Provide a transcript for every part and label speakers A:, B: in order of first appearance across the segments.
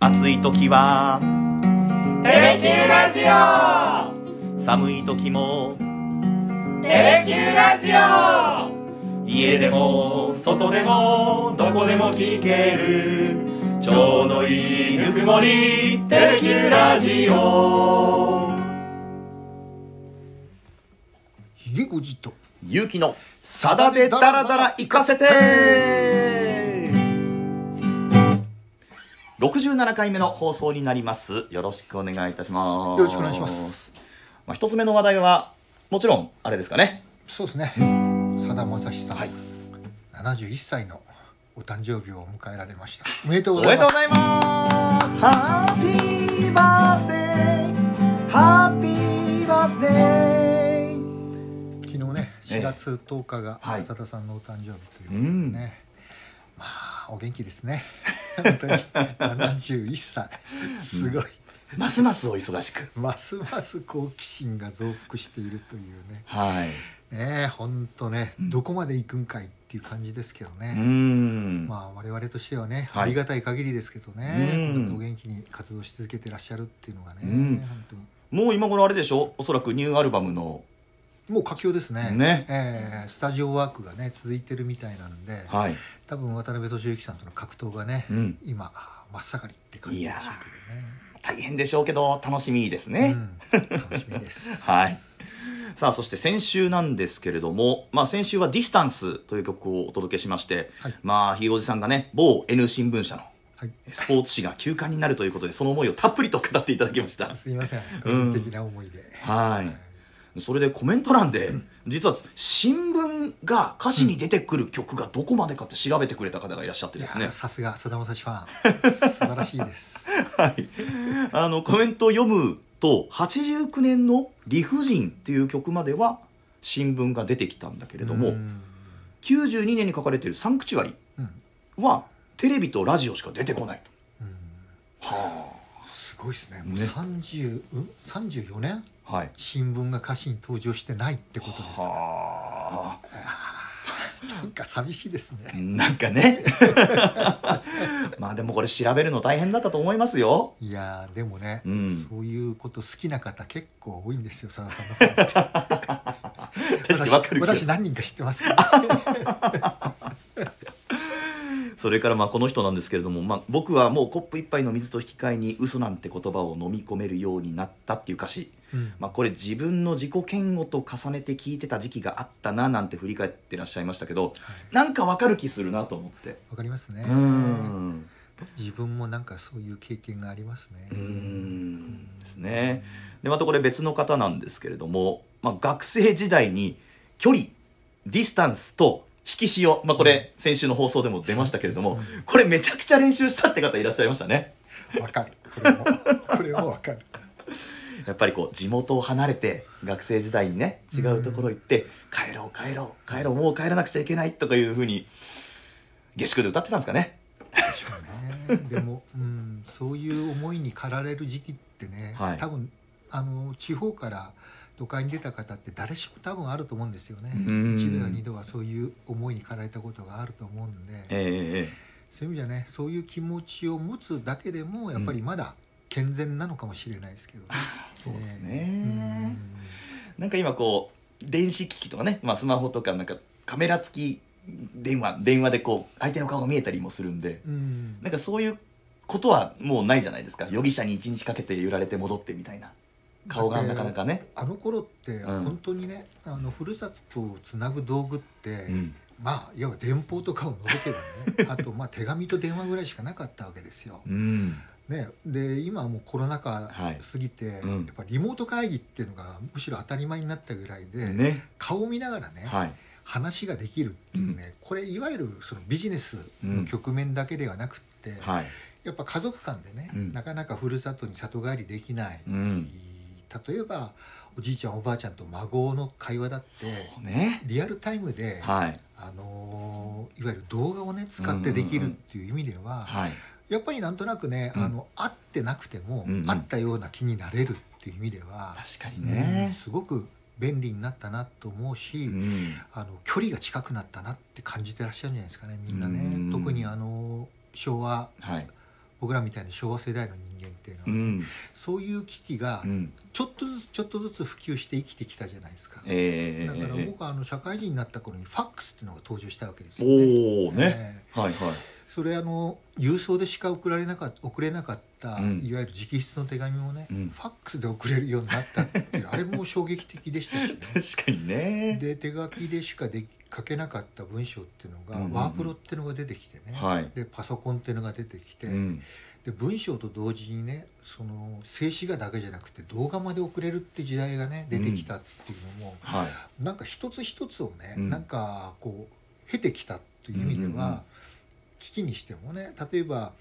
A: 暑い時は
B: テレキューラジオ
A: 寒い時も
B: テレキューラジオ
A: 家でも外でもどこでも聞けるちょうどいいぬくもりテレキューラジオ
C: ひげごじと
A: ゆうきのさだでダラダラ行かせて67回目の放送になりますよろしくお願いいたします
C: よろしくお願いします
A: まあ、一つ目の話題はもちろんあれですかね
C: そうですねさだまさしさん、
A: はい
C: 71歳のお誕生日を迎えられましたおめでとう
A: お
C: ご
A: め
C: ざ
A: で
C: い
A: と
C: ま
A: う
C: す
A: ございますハッピーバースデーハッピーバースデー
C: 昨日ね4月10日が
A: はい
C: さださんのお誕生日ということでね、まあお元気です ね本当に71歳すごい、
A: ますますお忙しく
C: ますます好奇心が増幅しているというね
A: はい
C: ねえほんとね、どこまで行くんかいっていう感じですけどね、
A: うーん、
C: まあ我々としてはね、
A: はい
C: ありがたい限りですけどね、
A: うん
C: 本当お元気に活動し続けてらっしゃるっていうのがね、
A: うん
C: 本当に
A: もう今頃あれでしょおそらくニューアルバムの
C: もう佳境ですね
A: ね
C: えースタジオワークがね続いてるみたいなんで、
A: はい
C: 多分渡辺俊之さんとの格闘がね、
A: うん
C: 今真っ盛りって感じでしょう
A: 大変でしょうけど楽しみです
C: けど
A: ね、
C: ね、うん、楽しみで す
A: はいさあそして先週なんですけれども、まあ、先週は「ディスタンスという曲をお届けしまして、
C: はい
A: まあひいおじさんがね某 N 新聞社の
C: はい
A: スポーツ紙が休刊になるということでその思いをたっぷりと語っていただきました
C: すいません個人的な思いで、
A: はいそれでコメント欄で実は新聞が歌詞に出てくる曲がどこまでかって調べてくれた方がいらっしゃって
C: い
A: で
C: や
A: すね
C: ーさすがさだまさしフ ァン素晴らしいです
A: はい、あのコメントを読むと89年の「理不尽」っていう曲までは新聞が出てきたんだけれども、
C: うん
A: 92年に書かれている「サンクチュアリ
C: うん」
A: はテレビとラジオしか出てこないと。
C: うん
A: は
C: すごいですね。もう
A: ね
C: 三十、うん、三十四年
A: あはい
C: 新聞が歌詞に登場してないってことですか。
A: はあ
C: なんか寂しいですね。
A: なんかね まあでもこれ調べるの大変だったと思いますよ
C: いやーでもね、
A: うん
C: そういうこと好きな方結構多いんですよ。さださんのファンって。
A: 確かにわかるけど
C: 私私何人か知ってますけど、ね。
A: それからまあこの人なんですけれども、まあ、僕はもうコップ一杯の水と引き換えに嘘なんて言葉を飲み込めるようになったっていう歌詞
C: うん
A: まあ、これ自分の自己嫌悪と重ねて聞いてた時期があったななんて振り返ってらっしゃいましたけど
C: はい
A: なんかわかる気するなと思って
C: わかりますね
A: う。ん
C: 自分もなんかそういう経験がありますね
A: う。んですねでまたこれ別の方なんですけれども、まあ、学生時代に距離ディスタンスと引き潮、まあ、これ先週の放送でも出ましたけれどもこれめちゃくちゃ練習したって方いらっしゃいましたね
C: わかる。これもこれもわかる。
A: やっぱりこう地元を離れて学生時代にね違うところ行って、帰ろう帰ろう帰ろうもう帰らなくちゃいけないとかいうふうに下宿で歌ってたんですかね
C: でしょうねでも、うん、そういう思いに駆られる時期ってね、
A: はい
C: 多分あの地方から都会に出た方って誰しも多分あると思うんですよね
A: うん
C: 一度や二度はそういう思いに駆られたことがあると思うんで
A: え
C: そういう意味じゃねそういう気持ちを持つだけでもやっぱりまだ健全なのかもしれないですけどね、
A: えそうですね、
C: うん
A: なんか今こう電子機器とかね、まあ、スマホとかなんかカメラ付き電話電話でこう相手の顔が見えたりもするんで
C: うん
A: なんかそういうことはもうないじゃないですか容疑者に一日かけて揺られて戻ってみたいな顔がなかなかね、
C: あの頃って
A: うん
C: 本当にね、あのふるさとをつなぐ道具って、
A: うん
C: まあいわば電報とかを除けばね あとまあ手紙と電話ぐらいしかなかったわけですよ。
A: うん、
C: ね、で今はもうコロナ禍
A: はい
C: 過ぎて、
A: うん
C: やっぱリモート会議っていうのがむしろ当たり前になったぐらいで、
A: ね
C: 顔を見ながらね、
A: はい
C: 話ができるっていうね、これいわゆるそのビジネスの局面だけではなくって、
A: はい
C: やっぱ家族間でね、
A: うん
C: なかなかふるさとに里帰りできない、
A: うん
C: 例えばおじいちゃんおばあちゃんと孫の会話だって
A: ね
C: リアルタイムで
A: はい
C: あのーいわゆる動画をね使ってできるっていう意味では、
A: はい
C: やっぱりなんとなくね、
A: うん
C: あの会ってなくても、
A: うんうん
C: 会ったような気になれるっていう意味では、
A: 確か
C: う
A: に
C: ん
A: ね、
C: すごく便利になったなと思うし、
A: うん
C: あの距離が近くなったなって感じてらっしゃるんじゃないですかねみんなね。
A: うん
C: 特にあの昭和
A: はい
C: 僕らみたいな昭和世代の人間っていうの
A: う
C: は、
A: ん
C: そういう危機が
A: うん
C: ちょっとずつちょっとずつ普及して生きてきたじゃないですか。
A: え
C: だ
A: ー、
C: から
A: え
C: 僕はあの社会人になった頃にファックスっていうのが登場したわけです
A: ー
C: よね。
A: おおね、
C: ええ
A: はいはい
C: それあの郵送でしか送られなかっ送れなかった、
A: うん
C: いわゆる直筆の手紙もね、
A: うん
C: ファックスで送れるようになったっていうあれも衝撃的でしたしね。
A: 確かにね
C: で手書きでしかでき書けなかった文章っていうのが、
A: うんうんうん
C: ワープロっていうのが出てきてね、
A: はい
C: でパソコンっていうのが出てきて、
A: うん
C: で文章と同時にねその静止画だけじゃなくて動画まで送れるって時代がね出てきたっていうのも、
A: はい
C: なんか一つ一つをね、
A: うん
C: なんかこう経てきたという意味で
A: う
C: は、
A: んうんうん
C: 危機にしてもね例えば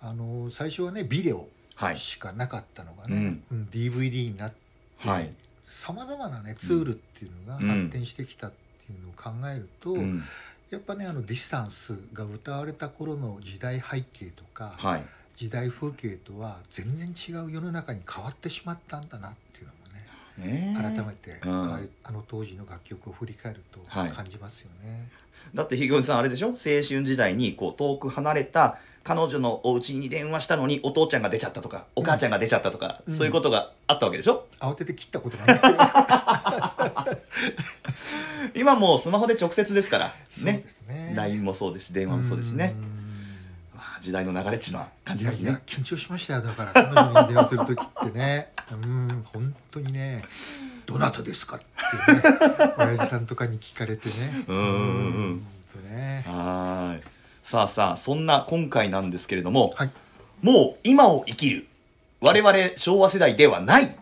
C: あの最初はねビデオ
A: はい
C: しかなかったのがね、うん DVD になって
A: はい、
C: さまざまなねツールっていうのが
A: うん
C: 発展してきたっていうのを考えると、
A: うん、
C: やっぱねあのディスタンスが歌われた頃の時代背景とか、
A: はい
C: 時代風景とは全然違う世の中に変わってしまったんだなっていうのもね
A: ねえ
C: 改めて、
A: うん
C: ああいうあの当時の楽曲を振り返ると
A: はい
C: 感じますよね。
A: だってひぐみさんあれでしょ青春時代にこう遠く離れた彼女のお家に電話したのにお父ちゃんが出ちゃったとかお母ちゃんが出ちゃったとか、
C: うん
A: そういうことがあったわけでしょ、
C: 慌てて切ったことがないですよ
A: 今もうスマホで直接ですから
C: そう
A: ね
C: ですね。
A: LINE もそうですし電話もそうですしね
C: う、ん
A: まあ、時代の流れっちゅうのは感
C: い
A: じま
C: や
A: す
C: いや
A: ね
C: 緊張しましたよだから彼女に電話する時ってねうん本当にね「どなたですか?」って ね親父さんとかに聞かれてね
A: うんうんうん
C: 本当ね
A: はーいさあさあそんな今回なんですけれども、
C: はい
A: もう今を生きる我々昭和世代ではない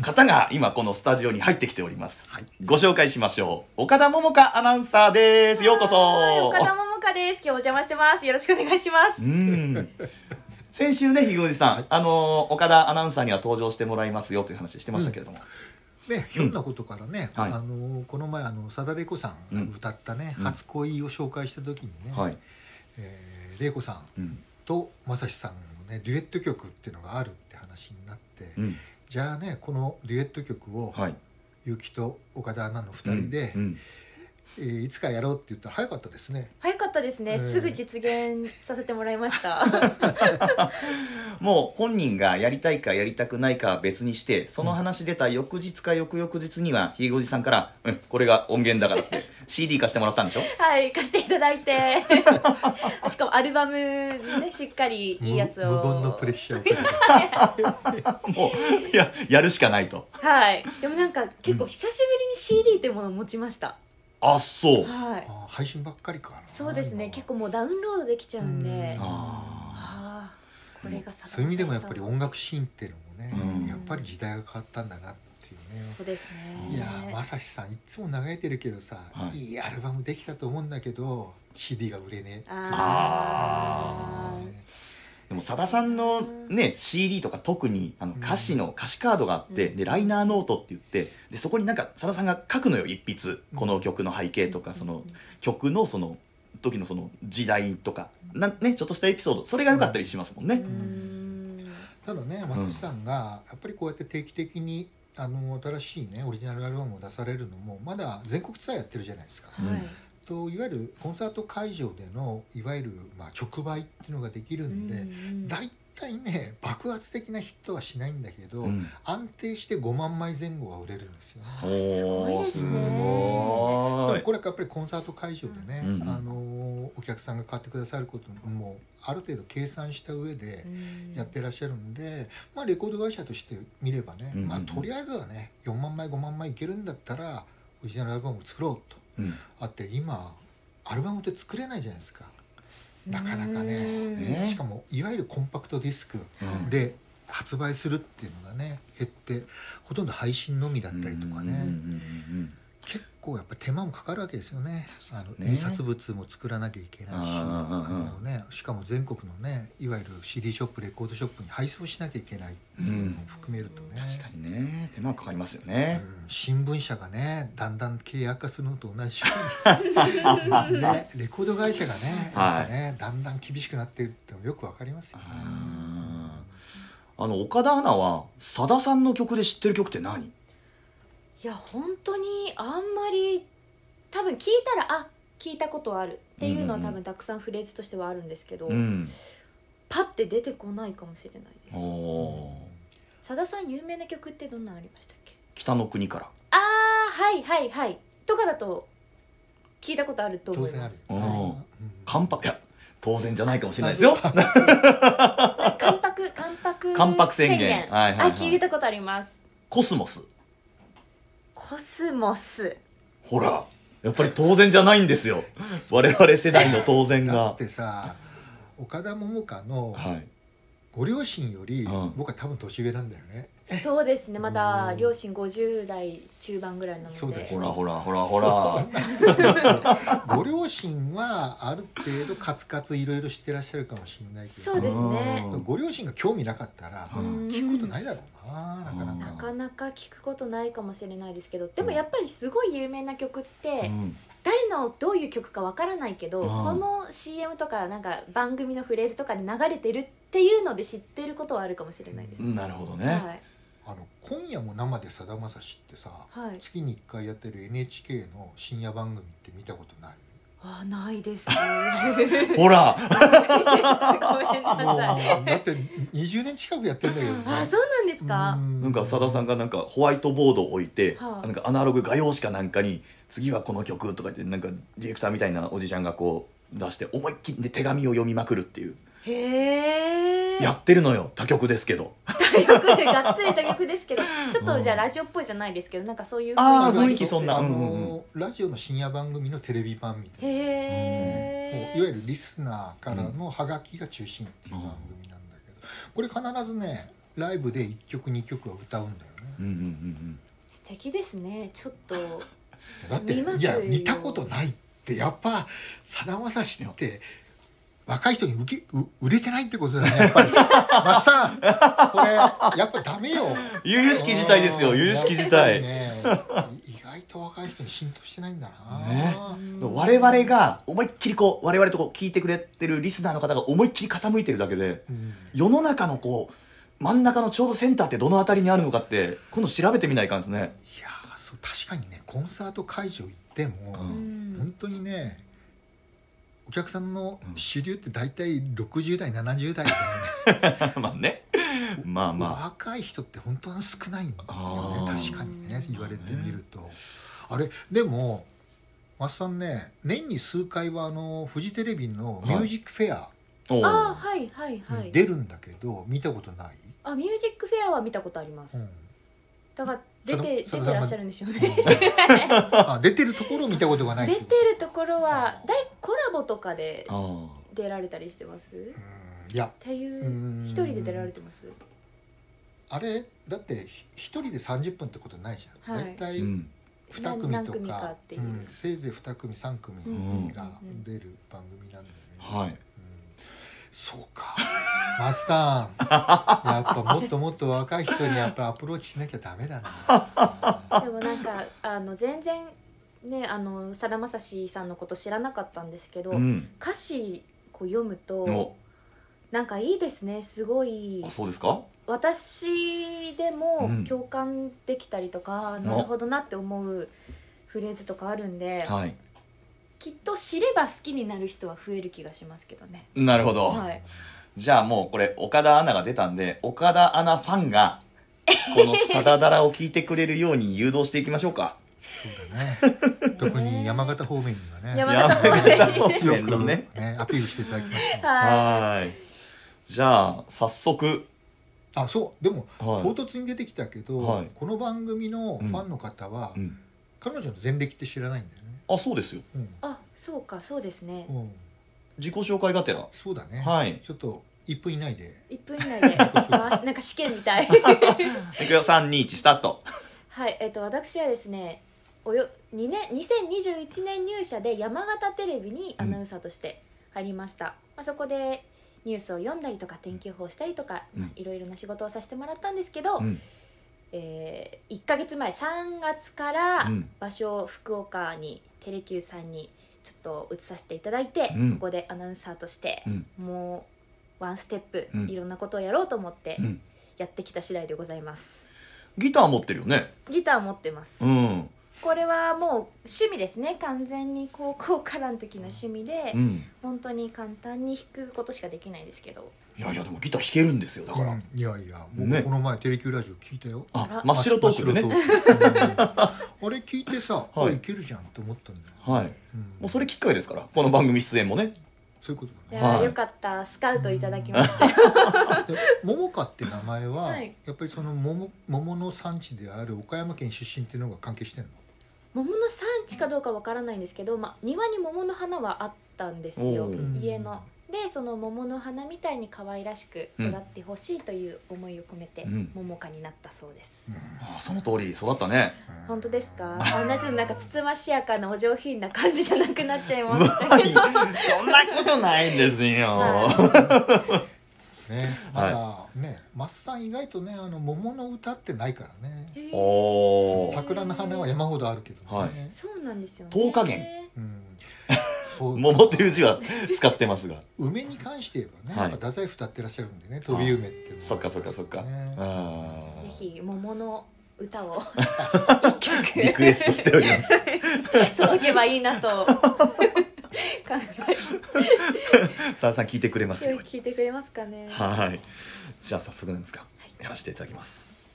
A: 方が今このスタジオに入ってきております、
C: はい
A: ご紹介しましょう岡田桃香アナウンサーですようこ
B: はい
A: そ
B: 岡田桃香です。今日お邪魔してます。よろしくお願いします。
A: うん先週ね、ひぐじさん、
C: はい
A: あのー岡田アナウンサーには登場してもらいますよという話してましたけれども、
C: ね、ひょんなことからね、
A: はい
C: あのこの前あの貞子さんが歌ったね、
A: うん
C: 初恋を紹介した時にね、
A: はい、
C: えー、玲子さ
A: うんん
C: と正志さんのねデュエット曲っていうのがあるって話になって、
A: うん、
C: じゃあねこのデュエット曲を
A: はい、
C: 結城、と岡田アナの2人で、
A: うん
C: えーいつかやろうって言ったら早かったですね。
B: 早かったですね。
C: うん
B: すぐ実現させてもらいました。
A: もう本人がやりたいかやりたくないかは別にしてその話出た翌日か翌々日にはひぐじさんから、うん、これが音源だから って CD 化してもらったんでしょ
B: はい、貸していただいて。しかもアルバムにね、しっかりいいやつを。
C: 無無言のプレッシャーを かけて
A: もういややるしかないと
B: はい。でもなんか結構久しぶりに CD というものを持ちました。
A: あそう
B: はい。
C: あー配信ばっかりかな
B: そうですね。
C: 今
B: 結構もうダウンロードできちゃうんで。
C: うん
B: あ
A: あ
B: あー、これが
C: そういう意味でもやっぱり音楽シーンっていうのもね、
A: うん
C: やっぱり時代が変わったんだなっていうね。
B: そうですね。
C: いやーまさしさんいつも嘆いてるけどさ、
A: はい
C: い、いアルバムできたと思うんだけど CD が売れねえ
B: あー
A: でもさださんのね CD とか特にあの歌詞の歌詞カードがあって、
B: うん
A: でライナーノートって言ってでそこになんかさださんが書くのよ一筆この曲の背景とかその曲のその時のその時代とかなんねちょっとしたエピソードそれが良かったりしますもん
B: う
A: ね。
B: ん。
C: ただねまさしさんがやっぱりこうやって定期的にあの新しいねオリジナルアルバムを出されるのもまだ全国ツアーやってるじゃないですか。
A: うん
B: はい。
C: といわゆるコンサート会場でのいわゆるまあ直売っていうのができるんで、
B: うん
C: だいたいね爆発的なヒットはしないんだけど、
A: うん
C: 安定して5万枚前後は売れるんですよね。
A: おー
B: すごいですね
A: すご
C: で
A: ー
C: も
A: い
C: これはやっぱりコンサート会場でね、
A: うん
C: あのお客さんが買ってくださることもある程度計算した上でやってらっしゃるんで、まあ、レコード会社として見ればね、
A: うんうんうん
C: まあ、とりあえずはね4万枚5万枚いけるんだったらオリジナルアルバムを作ろうと
A: うん
C: あって今アルバムって作れないじゃないですかなかなか
B: うん
A: ね
C: ねしかもいわゆるコンパクトディスク
A: うん
C: で発売するっていうのがね減ってほとんど配信のみだったりとかね。
A: うんうん
C: 結構やっぱ手間もかかるわけですよねあの
A: ね
C: 印刷物も作らなきゃいけないし
A: あーうんうん
C: あの、ね、しかも全国のねいわゆる CD ショップレコードショップに配送しなきゃいけないっていうのも含めるとね
A: うん、確かにね手間かかりますよね。
C: うん新聞社がねだんだん契約化するのと同じよう に、ね、レコード会社がね
A: はい
C: やっぱねだんだん厳しくなってるってのよくわかりますよね。
A: あーあの岡田アナはさださんの曲で知ってる曲って何
B: いや本当にあんまり多分聞いたらあ聞いたことあるっていうのは
A: うんうん
B: 多
A: うん
B: 分たくさんフレーズとしてはあるんですけど、
A: うん
B: パッて出てこないかもしれないです
A: おおー
B: さださん有名な曲ってどんなのありましたっけ
A: 北の国から
B: ああはいはいはいとかだと聞いたことあると
C: 当
B: 思い
C: 然
B: ま
C: ある
B: す。
A: うん
B: はい
A: 関白いや当然じゃないかもしれないですよ
B: 関白関白
A: 関白宣言はいはいはい
B: あ聞いたことあります
A: コスモス
B: コスモス
A: ほらやっぱり当然じゃないんですよ我々世代の当然
C: だっ
A: が
C: てさ岡田桃佳の
A: はい
C: ご両親より
A: うん
C: 僕は多分年上なんだよね、
B: そうですねまだ
C: うん
B: 両親50代中盤ぐらいな
C: そ
B: の
C: うだ
B: で
A: ほ
C: よ
A: らほらほらほら
C: ご両親はある程度カツカツいろいろ知ってらっしゃるかもしれないけど
B: そうですね
A: うん
C: ご両親が興味なかったら
A: う
B: うん
C: 聞くことないだろうななかな
B: な
C: か
B: かなか聞くことないかもしれないですけどでもやっぱりすごい有名な曲って
A: うん
B: 誰のどういう曲かわからないけど
A: うん
B: この CM とかなんか番組のフレーズとかで流れてるっていうので知ってることはあるかもしれないです。
A: なるほどね、
B: はい
C: あの今夜も生でさだまさしってさ、
B: はい
C: 月に1回やってる NHK の深夜番組って見たことない
B: あない です。
A: ほら
B: ごめんなさい。
C: もうだって20年近くやってんだけどね
B: あ、そうなんですか。
A: なんかさださんがなんかホワイトボードを置いて、
B: はあ
A: なんかアナログ画用紙かなんかに「次はこの曲」とか言ってなんかディレクターみたいなおじちゃんがこう出して思いっきりね手紙を読みまくるっていう、
B: へえ。
A: やってるのよ他局ですけど
B: よくがっつりと曲ですけど、ちょっとじゃあラジオっぽいじゃないですけど、なんかそういう
A: あ
B: 雰
A: ー雰
B: 囲
A: 囲
B: 気
A: 気
B: も
A: そ
B: あ
A: ん
B: りま
A: な
C: あ
A: うん
C: のラジオの深夜番組のテレビ版みた
B: す
C: い
B: へ
C: なもういわゆ
B: え。
C: るリスナーからのハガキが中心っていう番組なんだけど、これ必ずねライブで1曲2曲は歌うんだよね
A: うんうんうん
B: 素敵ですね。ちょっと
C: だって
B: 見ますよ
C: いや見たことないってやっぱさだまさしって若い人に受けう売れてないってことだねや っぱりマスさんこれやっぱダメよ
A: うん悠々しき事態ですよ
C: うん
A: 悠々しき事
C: やっ
A: 態、
C: ぱりね意外と若い人に浸透してないんだな、
A: ね
B: うん
A: 我々が思いっきりこう我々とこう聞いてくれてるリスナーの方が思いっきり傾いてるだけで
C: うん
A: 世の中のこう真ん中のちょうどセンターってどの辺りにあるのかって今度調べてみないかんですね
C: いやーそう確かにねコンサート会場行っても、
A: う
C: 本当にねお客さんの主流って大体60代70代だよね
A: まあね まあまあ
C: 若い人って本当は少ないんだよ
A: あ
C: ね
A: ー
C: 確かにね言われてみると、あれでもマスさんね年に数回はあのフジテレビの「ミュージックフェア
A: おう
B: あー、はいはい」は
C: に
B: い。
C: 出るんだけど、見たことない、
B: あ、ミュージックフェアは見たことありま
C: う
B: す。
C: ん
B: だから出て
C: そ
B: 出
C: の
B: てらっしゃるんでしょうね。
C: あ出てるところを見たことがない
B: 出
C: ってこと
B: るところはだいコラボとかで
A: あ
B: 出られたりしてます？っ
C: うんいや
B: ていううん一人で出られてます？
C: あれだってひ一人で30分ってことないじゃん、
B: はい
C: 大体
A: ーうん
C: 2組
B: 何
C: とか
B: 組かっていう
C: うんせいぜい2組3組
A: ん
C: が出る番組なんだよね、
A: はい
C: うんそうかマスさ んやっぱもっともっと若い人にやっぱアプローチしなきゃダメだ な
B: でもなんかあの全然ねあのさだまさしさんのこと知らなかったんですけど、
A: うん
B: 歌詞こう読むと
A: お
B: なんかいいですねすごい
A: あそうですか
B: 私で
A: う
B: も
A: ん
B: 共感できたりとか、あなるほどなって思うフレーズとかあるんで、
A: はい
B: きっと知れば好きになる人は増える気がしますけどね。
A: なるほど、
B: はい、
A: じゃあもうこれ岡田アナが出たんで岡田アナファンがこの「サダダラ」を聞いてくれるように誘導していきましょうか
C: そうだね 特に山形方面にはね
B: 山
A: やめてくださ
C: 強
A: い
C: く
A: ね
C: ねアピールしていただきました
B: は
A: はいじゃあ早速
C: あそうでも、
A: はい
C: 唐突に出てきたけど、
A: はい
C: この番組のファンの方は、
A: うん
C: 彼女の前歴って知らないんだよね、
A: あそうですよ
C: うん
B: い、あそうかそうですね
C: うん、
A: 自己紹介がてら
C: そうだね、
A: はい
C: ちょっと1分以内で
B: 1分以内で回すなんか試験みたい。
A: いくよ321スタート
B: はい、えっと、私はですね。およ、二年、二千二十一年入社で山形テレビにアナウンサーとして入りました。まあ、そこで。ニュースを読んだりとか天気予報したりとか、
A: うん
B: まあいろいろな仕事をさせてもらったんですけど、
A: うん
B: えー、1か月前3月から
A: うん
B: 場所を福岡にテレ Q さんにちょっと移させていただいて、
A: うん
B: ここでアナウンサーとして
A: う、ん
B: もうワンステップ、
A: うん
B: いろんなことをやろうと思って
A: うん
B: やってきた次第でございます。
A: ギター持ってるよね
B: ギター持ってます、
A: うん
B: これはもう趣味ですね完全に高校からの時の趣味で、
A: うん
B: 本当に簡単に弾くことしかできないんですけど
A: いやいやでもギター弾けるんですよだから、
C: うんいやいやも
A: ね
C: うこの前テレキューラジオ聞いたよ
A: あ
B: あら
A: 真っ白トークでね
C: 真っ白ト ークうんあれ聞いてさ、
A: はい
C: あいけるじゃんって思ったんだよ、
A: はい
C: うん
A: もうそれきっかけですからこの番組出演もね
C: そういうこと
B: い
C: だ
B: や
C: ね
A: は
B: ー
A: い
B: よかったスカウトいただき ました
C: で桃花って名前は、
B: はい
C: やっぱりその桃桃の産地である岡山県出身っていうのが関係してんの
B: 桃の産地かどうかわからないんですけど、まあ、庭に桃の花はあったんですよ
A: おー
C: うん
B: 家の。でその桃の花みたいに可愛らしく育ってほしいという思いを込めて、
A: うん
B: 桃花になったそうです、
A: あその通り育ったね
C: うん
B: 本当ですか同じなんかつつましやかなお上品な感じじゃなくなっちゃいうま
A: わ
B: す
A: いそんなことないんですよ、
B: は
C: ねまた、ねマスさん意外とねあの桃の歌ってないからね
B: い
A: おお
C: 桜の花は山ほどあるけどね、
A: はい
B: そうなんですよね
A: 10日限
C: うん、そう
A: 桃っていう字は使ってますが
C: 梅に関して言えばね、
A: はい
C: やっぱ太宰府歌ってらっしゃるんでね飛び梅っていうのが
A: そっかそっかそっか、
C: ね
A: あー
B: ぜひ桃の 歌を
A: リ
B: 一曲
A: クエストしております
B: 届けばいいな と考
A: さあさん聞いてくれます
B: え
A: よう
B: て
A: に
B: 聞いてくれますかね
A: はいじゃあ早速なんですが、やらせていただきます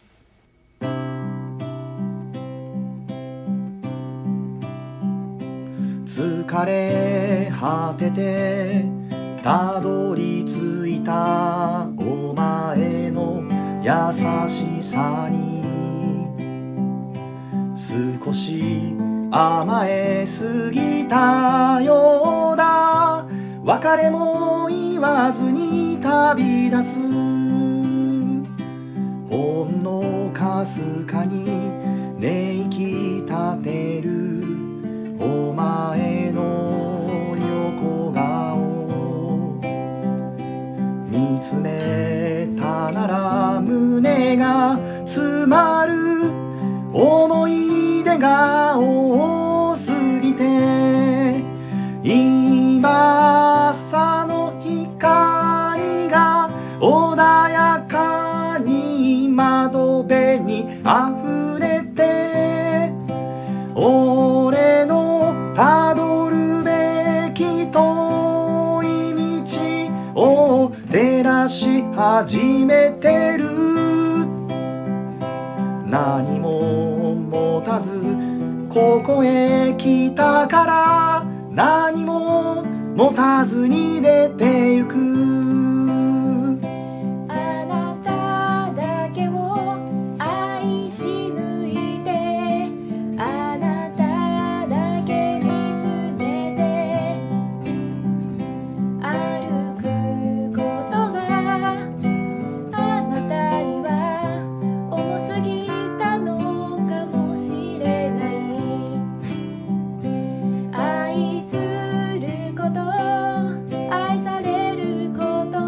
A: 疲れ果ててたどり着いたお前の優しさに少し甘えすぎたようだ別れも言わずに旅立つほんのかすかに寝息立てるお前の横顔見つめたなら胸が詰まる思い出が多すぎて今朝の光が穏やかに窓辺に溢れて俺のたどるべき遠い道を照らし始めてる何も持たずここへ来たから何も持たずに出てゆく
B: あなただけを愛し抜いてあなただけ見つめて歩くことがあなたには重すぎたのかもしれない愛すること愛されること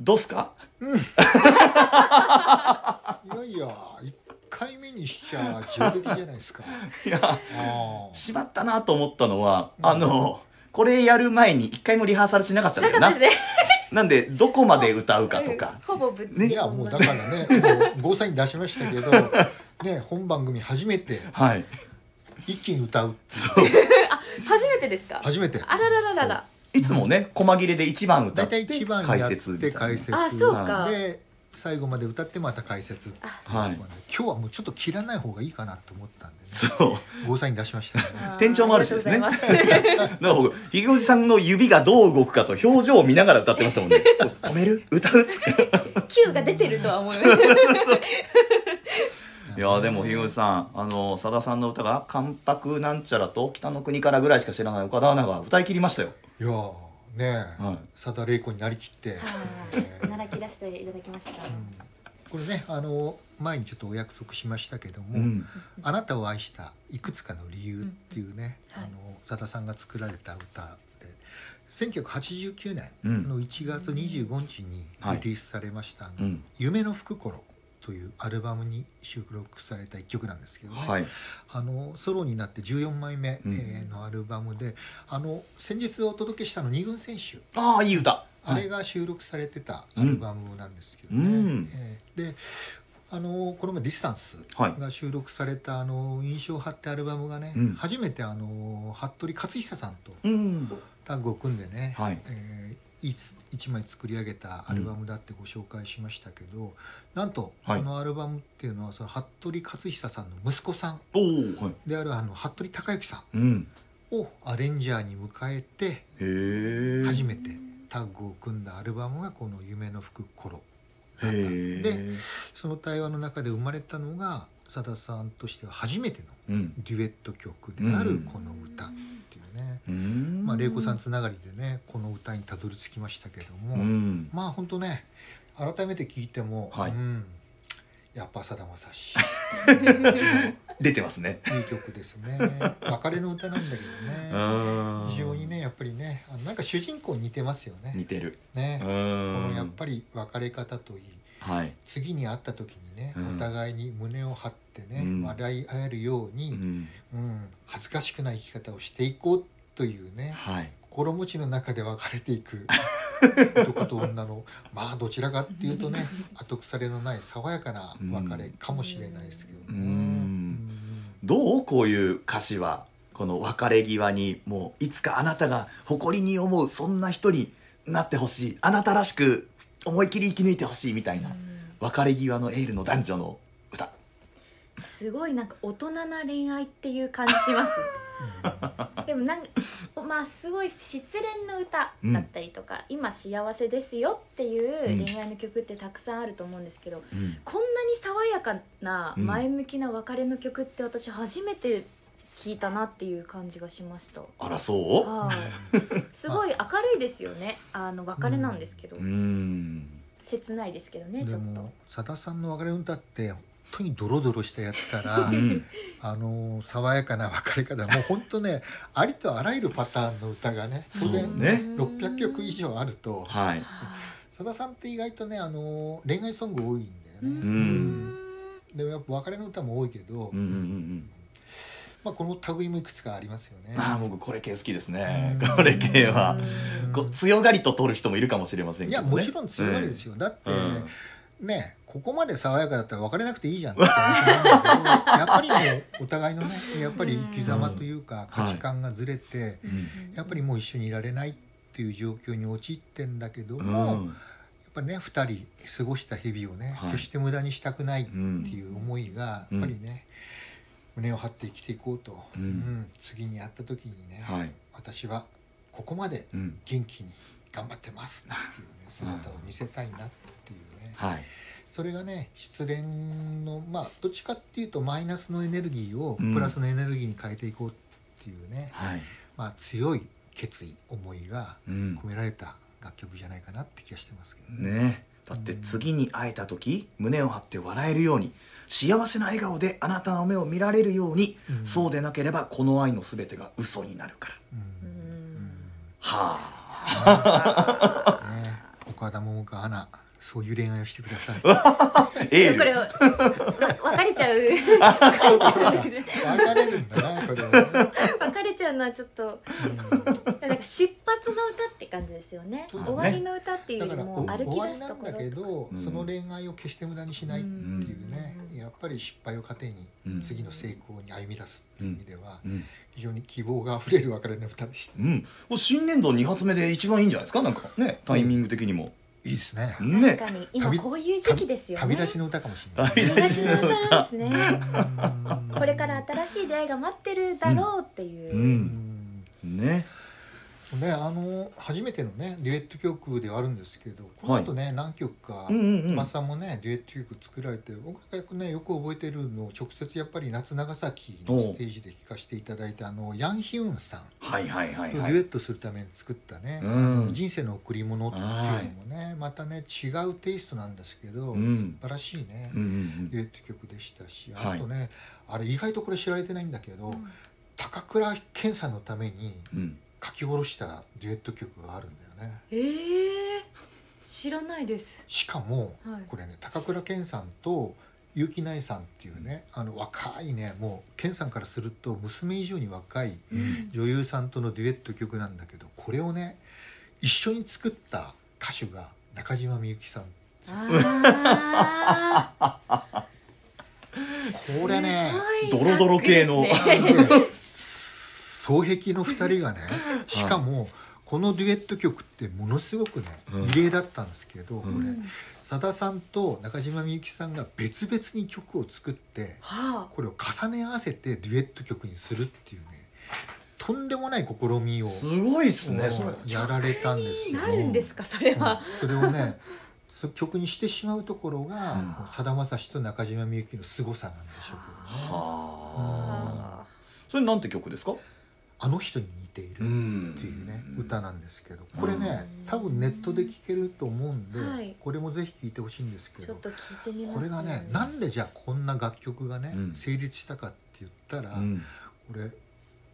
A: どうっすか
C: いやいや一回目にしちゃ上出来じゃないです か。
A: いや
C: あ
A: しまったなと思ったのは、
C: うん
A: あのこれやる前に一回もリハーサルしなかった
B: し
A: んだ
B: な
A: よ
B: か
A: な
B: ったですね
A: なんでどこまで歌うかと
B: うん
A: か
B: ほぼぶっつ
C: あ
B: け
C: いや
B: 本
C: もう
B: 番
C: だからね防災に出しましたけど、ね、本番組初めて
A: はい
C: 一気に歌う
A: そう
B: 初めてですか
C: 初めて
B: あららららら
A: いつもね細切れで一番歌
C: 大
A: っ
C: 体
A: て
C: 一番
A: 解
C: やっ
A: 説みた
C: て
A: いな
C: 解説
B: あそうか
C: で最後まで歌ってまた解説
A: はい
C: 今日はもうちょっと切らない方がいいかなと思ったん でね
A: そう
C: 防災に出しましたね
B: あー
A: 店長もあるしですね
B: ありがとうござい
A: な
B: ます
A: んか僕ひげおじさんの指がどう動くかと表情を見ながら歌ってましたもんね止める歌う
B: キューが出てるとは思います
A: いやでもひげおじさんあのさださんの歌が「関白なんちゃら」と「北の国から」ぐらいしか知らない岡田アナが歌い切りましたよ
C: いやーねえ、
A: はい
C: 佐田玲子になりきっ
B: は
C: て、
B: い奈良切らせていただきました
C: うんこれねあの前にちょっとお約束しましたけども
A: う
C: 「
A: ん
C: あなたを愛したいくつかの理由」っていうね、
B: うんはい
C: あの佐田さんが作られた歌で1989年の1月25日にリリースされました「
A: うん
C: 夢の福頃」というアルバムに収録された一曲なんですけどね、
A: はい
C: あのソロになって14枚目、
A: うん
C: えーのアルバムであの先日お届けしたの「二軍選手」
A: ああいい歌
C: あ
A: は
C: れ
A: い
C: が収録されてたアルバムなんですけどね。
A: うん
C: えーであのこの前「ディスタンス
A: はい」
C: が収録された「あの印象派」ってアルバムがね、
A: うん
C: 初めてあの服部克久さんと
A: うん
C: タッグを組んでね、
A: はい
C: えーいつ一枚作り上げたアルバムだってご紹介しましたけど、なんとこ
A: はい
C: のアルバムっていうのはその服部克久さんの息子さん
A: おおはい
C: であるあの服部孝之さ
A: うん
C: んをアレンジャーに迎えて
A: へえ
C: 初めてタッグを組んだアルバムがこの「夢の吹く頃」だった
A: へ
C: で
A: え
C: その対話の中で生まれたのがさださんとしては初めての
A: うん
C: デュエット曲である
A: うん
C: この歌っていうね、
A: うん
C: まあ玲子さんつながりでねこの歌にたどり着きましたけども、
A: うん
C: まあ本当ね改めて聞いても、
A: はい
C: うんやっぱさだまさし
A: 出てますね
C: いい曲です ね別れの歌なんだけ
A: う
C: どね
A: ん
C: 非常にねやっぱりねあのなんか主人公に似てますよね
A: 似てる
C: ね
A: う、
C: こ
A: ん
C: のやっぱり別れ方といい
A: はい
C: 次に会った時にね、
A: うん
C: お互いに胸を張ってね、
A: うん
C: 笑い合えるよう
A: う
C: に、
A: ん
C: うん恥ずかしくない生き方をしていこうというね
A: はい
C: 心持ちの中で別れてい く男と女のまあどちらかっていう とね後腐れのない爽やかな別れかもしれないですけどね。
A: うん
C: うん
A: どうこういう歌詞はこの別れ際にもういつかあなたが誇りに思うそんな人になってほしいあなたらしく思い切り生き抜いてほしいみたいな別れ際のエールの男女の歌
B: すごいなんか大人な恋愛っていう感じしますでもなんかまあすごい失恋の歌だったりとか、今幸せですよっていう恋愛の曲ってたくさんあると思うんですけど、こんなに爽やかな
A: うん
B: 前向きな別れの曲って私初めて聞いたなっていう感じがしました、
A: あらそ
B: はいすごい明るいですよねあの別れなんですけど、
A: ううん
B: 切ないですけどねち
C: で
B: ょっと
C: もさださんの別れの歌って本当にドロドロしたやつから
A: うん
C: あの爽やかな別れ方もう本当ねありとあらゆるパターンの歌がね当
A: そう
C: 然
A: ね
C: 600曲以上あると
A: はい
B: は
C: さださんって意外とねあの恋愛ソング多いんだよ
B: い
C: ね、
A: ん
C: でもやっぱ別れの歌も多いけど、
A: うんうんうん
C: まあ、この類もいくつかありますよね
A: う。んああ僕これ系好きですね
C: うん
A: これ系は
B: うん
A: こう強がりと取る人もいるかもしれません
C: い
A: けど
C: や
A: ね
C: もちろん強がりですよ、だって、
A: うん
C: ねここまで爽やかだったら別れなくていいじゃんって話なんだけ どやっぱりもうお互いのねやっぱり生き様というか価値観がずれて、
A: うん
C: やっぱりもう一緒にいられないっていう状況に陥ってんだけど
A: う
C: も、や
A: ん
C: っぱね2人過ごした日々をね、
A: はい
C: 決して無駄にしたくないっ
A: うん
C: っていう思いが
A: うん
C: やっぱりね、胸を張って生きていこうと、
A: うん
C: うん次に会った時にね、
A: はい
C: 私はここまで
A: うん
C: 元気に頑張ってますっていうね姿を見せたいなっていうね
A: はい
C: それがね失恋のまあどっちかっていうとマイナスのエネルギーを
A: うん
C: プラスのエネルギーに変えていこうっていうね、
A: はい
C: まあ、強い決意思いが
A: うん
C: 込められた楽曲じゃないかなって気がしてますけどね。
A: ねだって次に会えた時胸を張って笑えるように幸せな笑顔であなたの目を見られるように、
C: うん
A: そうでなければこの愛の全てが嘘になるから
C: う ん
B: うん
C: うん
A: はあ
C: ね、横田桃子アナそういう恋愛をしてください。
A: エー
B: これ
A: ル
B: をわ別れちゃう別れちゃうんですね
C: 別れるんだなこれは。
B: 別れちゃうのはちょっとなんか出発の歌って感じですよね
C: そう
A: だね
B: 終わりの歌っていう
C: だ
B: よ
C: か
B: り
C: ら
B: も
C: お
B: 歩き
C: 終わ
B: 出
C: り
B: す
C: な
B: と
C: ん
B: ころ
C: だ
B: と
C: けど、
A: うん
C: その恋愛を決して無駄にしないっていうね、
B: うん
C: やっぱり失敗を糧に
A: うん
C: 次の成功に歩み出すっていう意味では、
A: うん
C: 非常に希望があふれる別れの歌でした。
A: うん、これ新年度2発目で一番いいんじゃないですかなんかねタイミング的にも、
C: いいですね。
B: 確
A: ね
B: かに今こういう時期ですよね
C: 旅旅立ちの歌かもしれない。
A: 旅
B: 旅立ちの歌です
C: う
B: ね
C: ん
B: これから新しい出会いが待ってるだろうっていう、
A: う
C: うんん
A: ね
C: ね、あの初めてのねデュエット曲ではあるんですけどこの後ね、何曲か
A: うんうんうん
C: マさんもねデュエット曲作られて僕がよくねよく覚えてるのを直接やっぱり夏長崎のステージで聴かせていただいたあのヤン・ヒュンさん
A: はいはいはい
C: とデ
A: は
C: ュエ
A: い
C: ットするために作ったね「
A: うん
C: 人生の贈り物」っていうのもねまたね違うテイストなんですけど、
A: うん
C: 素晴らしいね、
A: うんうん
C: デュエット曲でしたし
A: はい
C: あとね、あれ意外とこれ知られてないんだけど、
B: うん
C: 高倉健さんのために
A: うんうん
C: 書き下ろしたデュエット曲があるんだよね。
B: えー、知らないです
C: しかも、
B: はい
C: これね高倉健さんと結城奈井さんっていうね、あの若いねもう健さんからすると娘以上に若い
A: うん
C: 女優さんとのデュエット曲なんだけどこれをね一緒に作った歌手が中島みゆきさん
B: あー
C: これね
B: すごい
A: ドロドロ系の
B: ざっくりですね
C: 双璧の2人がねしかもこのデュエット曲ってものすごくね
A: うん
C: 異例だったんですけど、
A: うん
C: これ
B: うん
C: さださんと中島みゆきさんが別々に曲を作って
B: は
C: これを重ね合わせてデュエット曲にするっていうねとんでもない試みを
A: すごいっすねそれ
C: もうやられた
B: あ
C: んです
B: に
C: よ
B: な。るんですかそれは、
C: うんそれをねそ曲にしてしまうところ
A: うん
C: がさだまさしと中島みゆきの凄さなんでしょうけど
A: は
C: ね。
A: あ
B: あ
A: それなんて曲ですか
C: あの人に似ている
A: ん
C: っていうね歌なんですけどこれね
B: うん
C: 多分ネットで聴けると思うんで、
B: はい
C: これもぜひ聴いてほしいんです
B: ー
C: け
B: ちょ
C: ど
B: っと聞いてみます
C: これがねなんでじゃあこんな楽曲がね、
A: うん
C: 成立したかって言ったら、
A: うん
C: これ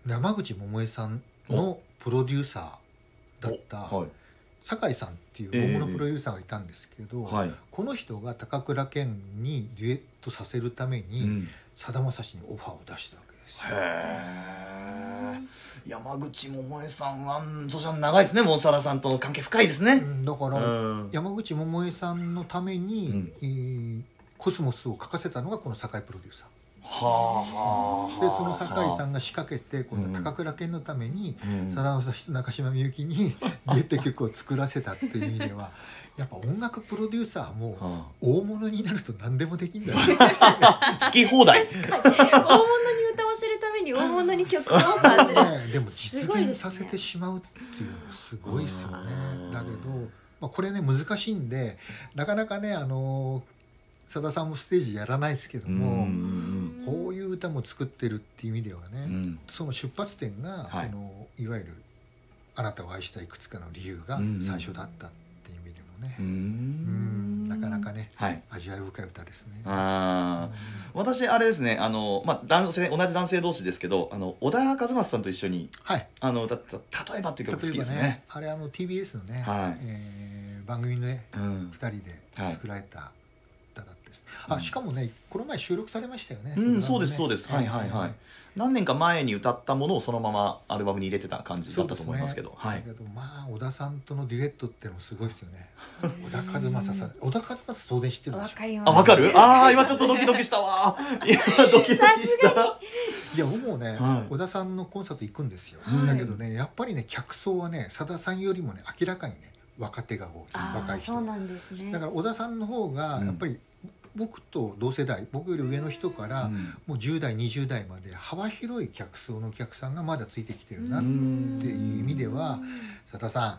C: 山口百恵さんのプロデューサーだった、
A: おはい
C: 酒井さんっていう大物プロデューサーがいたんですけど、
A: はい
C: この人が高倉健にデュエットさせるため
A: う
C: に
A: ん
C: さだまさしにオファーを出したわけですよ。
A: へえ山口百恵さんはうんそちら長いですねモンサラさんとの関係深いですね
C: うんだか
A: う
C: ら
A: ん
C: 山口百恵さんのために、
A: うん
C: えーコスモスを書かせたのがこの酒井プロデューサ
A: はあはあは
C: ー
A: あ
C: でその酒井さんが仕掛けてこ
A: うん
C: の高倉健のために
A: うん
C: さだまさしと中島みゆき にデュエット曲を作らせたっていう意味ではやっぱ音楽プロデューサーも
A: は
C: 大物になると何でもできんだよ
A: あ好き放題
B: 確かに大物に歌わせるために大物に曲をオファーす る
C: ね、でも
B: す
C: 実
B: ごいで
C: 現
B: すね
C: させてしまうっていうのすごいですよね
A: うん。
C: だけど、まあ、これね難しいんでなかなかねあのさださんもステージやらないですけども、
A: うん
C: こういう歌も作ってるっていう意味ではね、
A: うん
C: その出発点が、
A: はい
C: い、このいわゆる「あなたを愛したいくつかの理由」が
A: うん
C: 最初だったっていう意味でもね、
A: う
C: うんん、なかなかね
A: はい
C: 味わい深い歌ですね。
A: あー私あれですねあの、まあ、男性同じ男性同士ですけどあの小田和正さんと一緒に
C: はい
A: あの歌った「例えば」っていう曲好
C: 例
A: きで
C: えば
A: す
C: ね
A: ね。
C: あれあの TBS のね、
A: はい
C: えー番組のね
A: うん
C: 2人で
A: はい
C: 作られた歌だったです、
A: うん
C: あしかもねこの前収録されましたよね、
A: うん、そう
C: れが
A: で
C: ね
A: すそうです、はいはいはい、何年か前に歌ったものをそのままアルバムに入れてた感じだ
C: そう
A: った
C: で
A: と
C: す
A: 思いますけどは
C: だ
A: い
C: けどまあ小田さんとのデュエットってのもすごいですよね小田和正さん小田和正当然知ってるで
B: わ
C: し
B: かります
A: あわ かるあー今ちょっとドキドキしたわー今ドキドキした
C: ょいや僕もね、
A: はい
C: 小田さんのコンサート行くんですよ、
B: はい
C: だけどねやっぱりね客層はねさださんよりもね明らかにね若手が多い
B: あ
C: 若
B: あ
C: い人
B: そうなんですね
C: だから小田さんの方がやっぱり僕と同世代、僕より上の人から、
A: うん
C: もう10代20代まで幅広い客層のお客さんがまだついてきてるな、
A: うん
C: っていう意味では佐田さん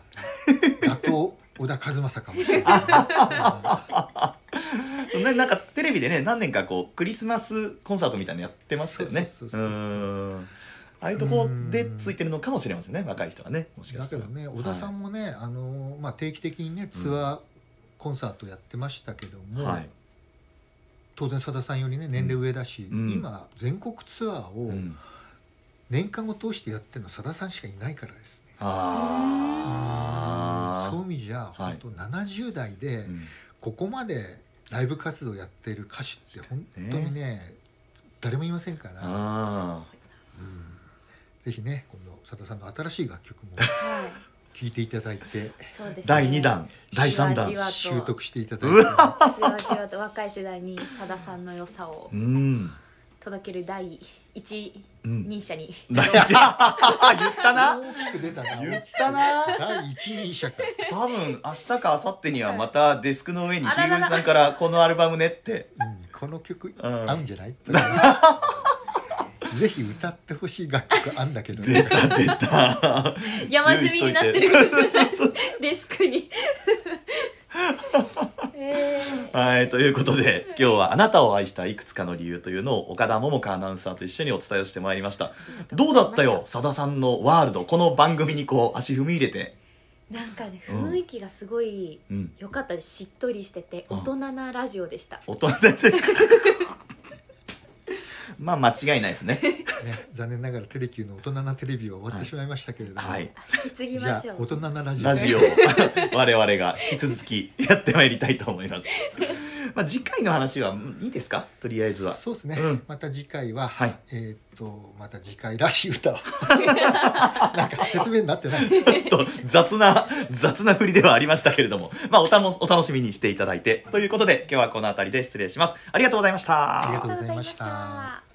C: 打倒小田和正かもし れない
A: そうねなんか テレビでね何年かこうクリスマスコンサートみたいなのやってましたよね
C: そうそうそうそう
A: うんああいうとこでついてるのかもしれませんね若い人はねもしか
C: だ
A: し
C: け
A: たら
C: どね小田さんもね、あのまあ、定期的にねツアーコンサートやってましたけども、
A: はい、
C: 当然佐田さんよりね年齢上だし、
A: うん
C: 今全国ツアー
A: う
C: を
A: ん、
C: 年間を通してやってるのは佐田さんしかいないからですね。
A: あな
C: そういう意味じゃ
A: はい
C: 本当70代で
A: うん
C: ここまでライブ活動やってる歌手って本当にね誰もいませんから、
A: あ
C: うんぜひね今度佐田さんの新しい楽曲も
B: は
C: 聴いていただいて
B: い、そうです、ね。
A: ー第2弾 第3弾
B: じわじわ
C: 習
B: と
C: 得していただいて
B: じわじわと若い世代にさださんの良さを
A: うん
B: 届ける第一
A: うん
B: 人者に、
A: 第一言ったな
C: 大きく出たな
A: 言ったな
C: 第一人者か
A: 多分明日か明後日にはまたデスクの上にひ
B: あ
A: 口
B: ららら
A: さんからこのアルバムねって
C: うんこの曲
A: うん
C: 合うんじゃない、 ぜひ歌ってほしい楽曲あんだけどね
A: 出た
B: 山積みになってるかもしれない デスクに。 えー
A: はい、ということで今日はあなたを愛したいくつかの理由というのを岡田桃佳アナウンサーと一緒にお伝えをしてまいりましたどうだったよさださんのワールドこの番組にこう足踏み入れて
B: なんかね
A: うん
B: 雰囲気がすごい
A: うん
B: 良かったですしっとりしてて
A: うん
B: 大人なラジオでした、
A: 大人でまあ間違いないですね
C: ね残念ながらテレキューの大人なテレビは終わってしまいましたけれども、
A: はい
B: 引き継ぎ
C: じゃ
B: ま
C: あ
B: しょ
C: 大
B: う
C: 人なラジオ
A: ラジオを 我々が引き続きやってまいりたいと思いますまあ次回の話はうんいいですかとりあえずは
C: そうですね、
A: うん
C: また次回は、
A: はい
C: えーっとまた次回らしい 歌をなんか説明になってないです
A: ちょっと雑な雑な振りではありましたけれどもまあおたもお楽しみにしていただいてということで今日はこの辺りで失礼しますありがとうございました
C: ありがとうございました
B: ありがとうございました